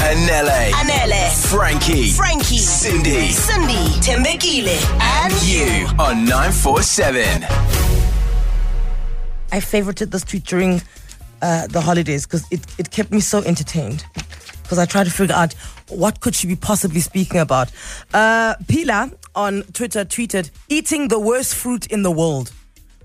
Anele, Anele, Frankie, Frankie, Cindy, Cindy, Timbekile, and you on 947. I favorited this tweet during uh, the holidays because it, it kept me so entertained. Because I tried to figure out what could she be possibly speaking about. Uh, Pila on Twitter tweeted, "Eating the worst fruit in the world,"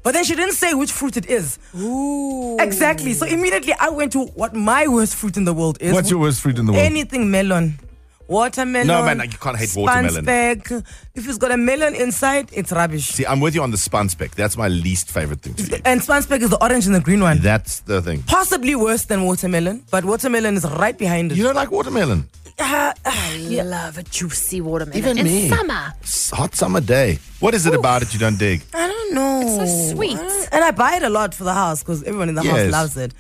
but then she didn't say which fruit it is. Ooh. Exactly. So immediately I went to what my worst fruit in the world is. What's your worst fruit in the world? Anything melon. Watermelon. No, man, you can't hate watermelon. Spanspeck. If it's got a melon inside, it's rubbish. See, I'm with you on the spun spec. That's my least favorite thing to eat. and Spanspeck is the orange and the green one. That's the thing. possibly worse than watermelon, but watermelon is right behind it. You don't like watermelon? Ah, ah, You love a juicy watermelon. Even in me. summer. It's a hot summer day. What is it about it you don't dig? I don't know. It's so sweet. Uh, And I buy it a lot for the house because everyone in the house Yes. loves it.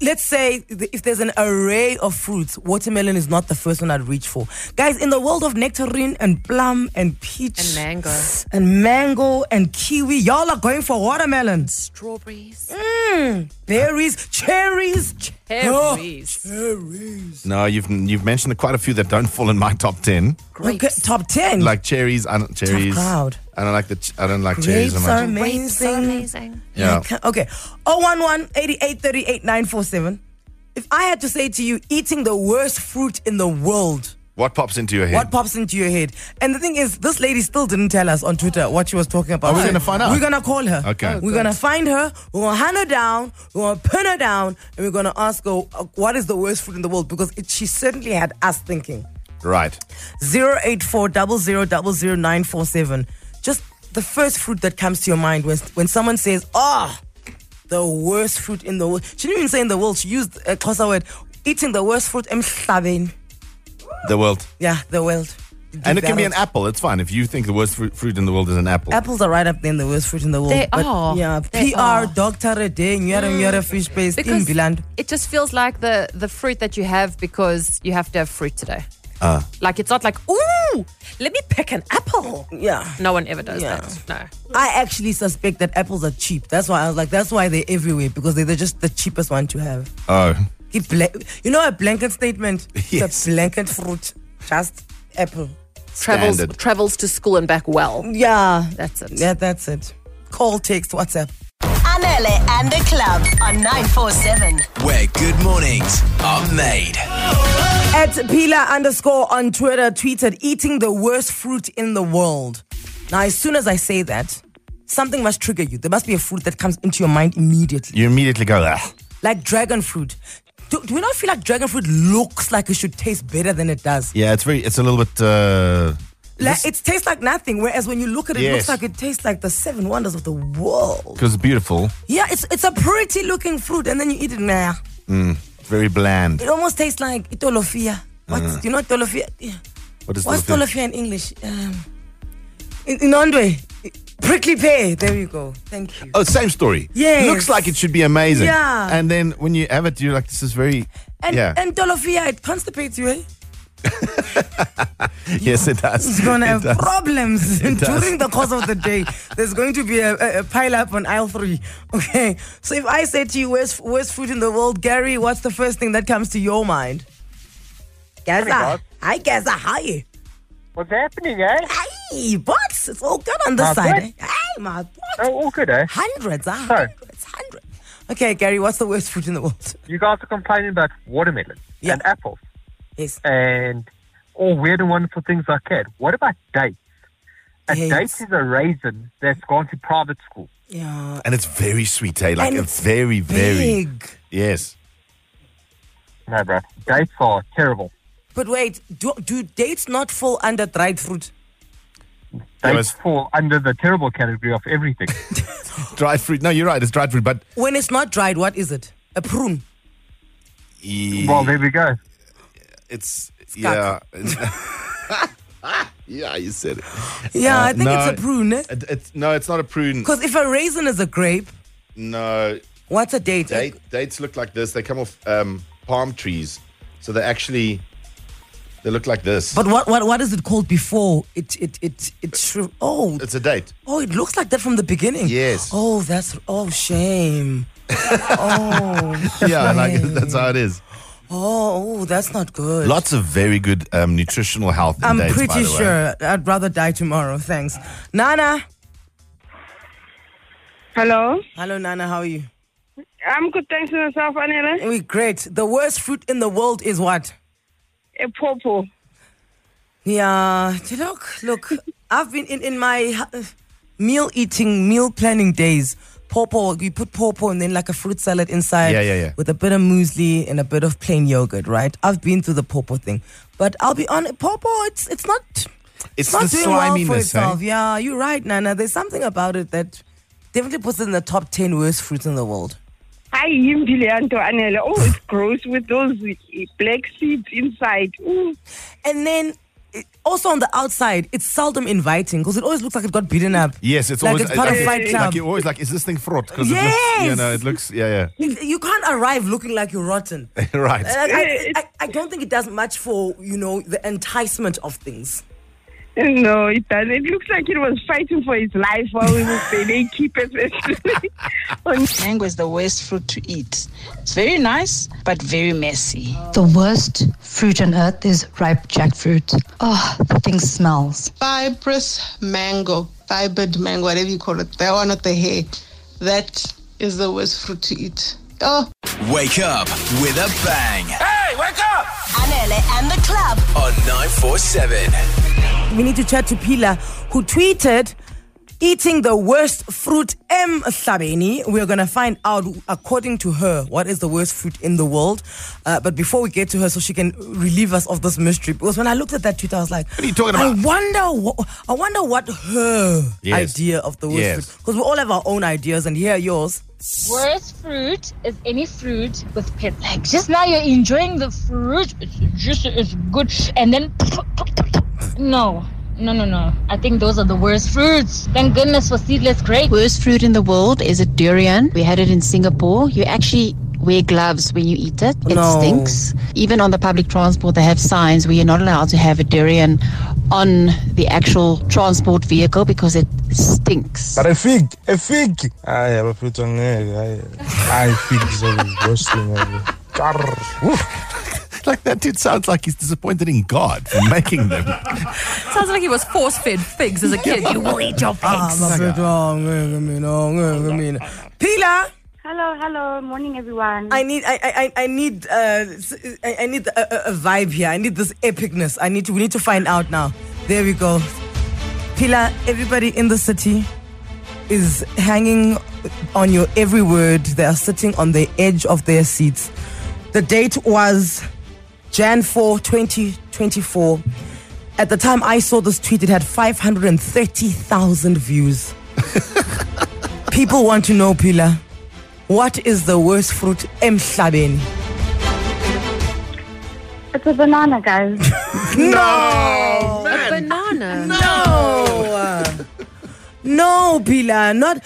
Let's say th- if there's an array of fruits, watermelon is not the first one I'd reach for. Guys, in the world of nectarine and plum and peach And mango. and mango and kiwi, y'all are going for watermelons, Strawberries. berries, cherries. ch- Oh, Berries. No, you've you've mentioned quite a few that don't fall in my top ten, okay, Grapes. top 10. like cherries. I don't, cherries. crowd. I don't like the. Ch- I don't like cherries. Grapes I'm are like, Grapes are amazing. amazing. yeah. Okay, Okay. 011 88 38 947. If I had to say to you, eating the worst fruit in the world, What pops into your head? what pops into your head? And the thing is, this lady still didn't tell us on Twitter what she was talking about. Are we So gonna find out? We're going to call her. Okay. Oh, we're good. going to find her. We're going to hand her down. We're going to pin her down. And we're going to ask her, uh, what is the worst fruit in the world? Because it, she certainly had us thinking. right. 084 947 Just the first fruit that comes to your mind when when someone says, "Ah, the worst fruit in the world." She didn't even say in the world. She used a Xhosa word, eating the worst fruit emhlabeni. The world. Yeah, the world. And it can be an Developed. apple. It's fine if you think the worst fruit, fruit in the world is an apple. Apples are right up there in the worst fruit in the world. They But, are. Yeah, They PR, are. Mm. doctor, day, nyara, nyara, fish paste, in Because Biland. it just feels like the, the fruit that you have because you have to have fruit today. Like it's not like, ooh, let me pick an apple. Yeah. No one ever does Yeah. that. No. I actually suspect that apples are cheap. That's why I was like, that's why they're everywhere because they're just the cheapest one to have. oh, Keep bla- you know a blanket statement? Yes. It's a blanket fruit. Just apple. travels Standard. travels to school and back well. Yeah. That's it. Yeah, that's it. Call, text, WhatsApp. Anele and the club on 947. Where good mornings are made. At Pila underscore on Twitter tweeted, eating the worst fruit in the world. Now, as soon as I say that, something must trigger you. There must be a fruit that comes into your mind immediately. you immediately go. Ah. Like dragon fruit. Do, do we not feel like dragon fruit looks like it should taste better than it does? Yeah, it's very. It's a little bit. Uh, Like, it tastes like nothing, whereas when you look at it, it looks Yes. like it tastes like the seven wonders of the world. because it's beautiful. Yeah, it's it's a pretty looking fruit, and then you eat it. Nah, Very bland. it almost tastes like itolofia. What Mm. you know itolofia? Yeah. What is What's the little itolofia thing? in English? Um, in, in Andwe, prickly pear. There you go. Thank you. Oh, same story. Yes. Looks like it should be amazing. Yeah. And then when you have it, you're like, this is very. and yeah. and itolofia it constipates you. Eh? yes, it does. You're gonna It have does. problems does. during the course of the day. There's going to be a, a, a pile up on aisle three. Okay. So if I say to you, "Worst worst fruit in the world," Gary, what's the first thing that comes to your mind? Gaza. guys. Hi, Gaza. Hi. What's happening, eh? Hey, bots. It's all good on this My side. eh? bot. Hey, my bot. Oh, all good, eh? Hundreds, ah, Sorry. hundreds, hundreds. Okay, Gary, what's the worst fruit in the world? You guys are complaining about watermelon Yeah. and apples Yes. and oh, all weird and wonderful things like that. What about dates? A Dates. date is a raisin that's gone to private school. Yeah. And it's very sweet, hey? Like, And it's very, very. Big. Yes. No, bro. Dates are terrible. But wait, do, do dates not fall under dried fruit? Yeah, Dates but- fall under the terrible category of everything. Dried fruit. No, you're right. It's dried fruit, but. When it's not dried, what is it? A prune. well, there we go. It's. Yeah. yeah, you said it. Yeah, I think Uh, no. Uh, it's a prune. Eh? It- it's- no, it's not a prune. Because if a raisin is a grape, No, what's a date? date, dates look like this. They come off um, palm trees, so they actually they look like this. But what, what what is it called before it it it it shriv- oh it's a date. oh it looks like that from the beginning. Yes. Oh, that's oh shame. yeah, like that's how it is. Oh, ooh, that's not good. Lots of very good um, nutritional health I'm dates, by pretty the way. sure I'd rather die tomorrow. Thanks. Nana. Hello. Hello, Nana. How are you? I'm good, thanks to myself, Anela. We great. The worst fruit in the world is what? A popo. Yeah, look, look. I've been in, in my uh, meal eating, meal planning days. Pawpaw, you put pawpaw and then like a fruit salad inside. Yeah, yeah, yeah. With a bit of muesli and a bit of plain yogurt, right? I've been through the pawpaw thing, but I'll be honest, pawpaw, it's it's not It's not the eh? doing well for sliminess, itself. hey? Yeah, you're right, Nana. There's something about it that definitely puts it in the top ten worst fruits in the world. Hi, Imbilianto, Anela. Oh, it's gross with those uh, black seeds inside. Ooh. And then it- also on the outside, it's seldom inviting because it always looks like it got beaten up. Yes, it's like always it's part like of Fight Club. Like you're always like, is this thing fraught? Because it looks, you Yes! know, it looks, yeah, You can't arrive looking like you're rotten. yeah, right. Like, I, I, I don't think it does much for you know the enticement of things. No, it doesn't. It looks like it was fighting for its life while we were saying, they keep it. on Mango is the worst fruit to eat. It's very nice, but very messy. The worst fruit on earth is ripe jackfruit. Oh, the thing smells. fibrous mango, fibred mango, whatever you call it, that one with the hair, that is the worst fruit to eat. Oh, Wake up with a bang Anele and the club. on 947. We need to chat to Pila, who tweeted, "Eating the worst fruit, M. Sabeni." We are going to find out, according to her, what is the worst fruit in the world. Uh, but before we get to her, so she can relieve us of this mystery, because when I looked at that tweet, I was like, "What are you talking I about? wonder, wha- I wonder what her Yes. idea of the worst Yes. fruit, because we all have our own ideas, and here are yours. Worst fruit is any fruit with pit. Like just now you're enjoying the fruit, it's juicy, it's good, and then no. No, no, no. I think those are the worst fruits. Thank goodness for seedless grapes. Worst fruit in the world is a durian. We had it in Singapore. You actually wear gloves when you eat it. It No. stinks. Even on the public transport, they have signs where you're not allowed to have a durian on the actual transport vehicle because it stinks. a fig, a fig. I have a fruit on there. I, fig is the worst thing ever. like that dude sounds like he's disappointed in God for making them. Sounds like he was force fed figs as a kid. you will eat your Um, Ah, my bad. Oh, mm, mm, mm, oh, mm, mm, mm. Pila, Hello, hello. Morning, everyone. I need, I, I, I- I need, uh, s- I I need a, a- a vibe here. I need this epicness. I need to, we need to find out now. There we go. Pila, everybody in the city is hanging on your every word. They are sitting on the edge of their seats. The date was Jan 4, 2024. At the time I saw this tweet, it had 530,000 views. People want to know, Pila, what is the worst fruit emhlabeni? It's a banana, guys. A banana. No, no, Pila, not.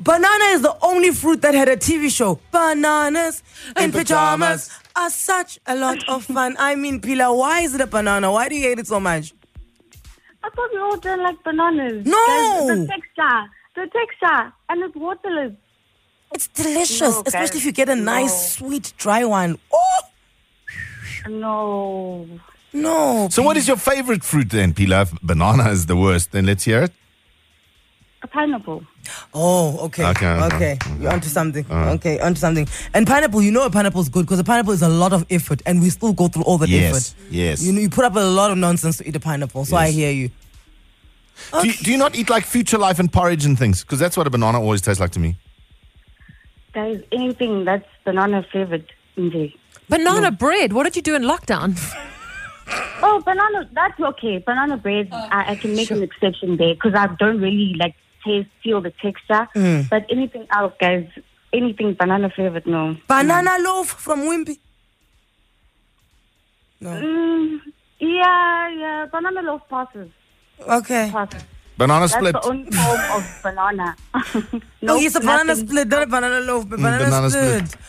Banana is the only fruit that had a TV show. Bananas in pajamas are such a lot of fun. I mean, Pila, why is it a banana? Why do you hate it so much? I thought we all don't like bananas. No. Guys, The texture. The texture. And it's waterless. It's delicious, No, especially if guys, you get a nice, sweet, dry one. Oh No. no! So, what is your favorite fruit then, Pila? If Banana is the worst. Then let's hear it. A pineapple. Oh, okay. Okay, Okay. okay. You're onto something. Okay, onto something. And pineapple, you know a pineapple is good because a pineapple is a lot of effort and we still go through all the Yes, effort. yes. You know, you put up a lot of nonsense to eat a pineapple, so I Yes. hear you. Mm. Do, you, do you not eat like future life and porridge and things? Because that's what a banana always tastes like to me. Guys, anything that's banana flavored. Indeed. Banana bread. What did you do in lockdown? Oh, banana. That's okay. Banana bread. I, I can make an exception there because I don't really like taste, feel the texture. But anything else, guys, anything banana flavored, no. Banana loaf from Wimpy. Mm, yeah, yeah. Banana loaf passes. Okay. Passes. Banana That's split. the only form of banana. No, it's a banana nothing. split, not a banana loaf, but banana, Mm, banana split. split.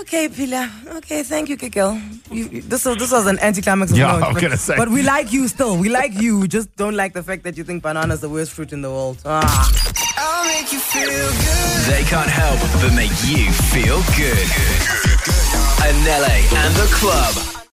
Okay, Pila. Okay, thank you, Kikel. You, you- this was this was an anticlimax. Of Yeah, notes, I was but- gonna say. But we like you still. We like you. We just don't like the fact that you think banana is the worst fruit in the world. Ah. I'll make you feel good. They can't help but make you feel good. Anele and the club.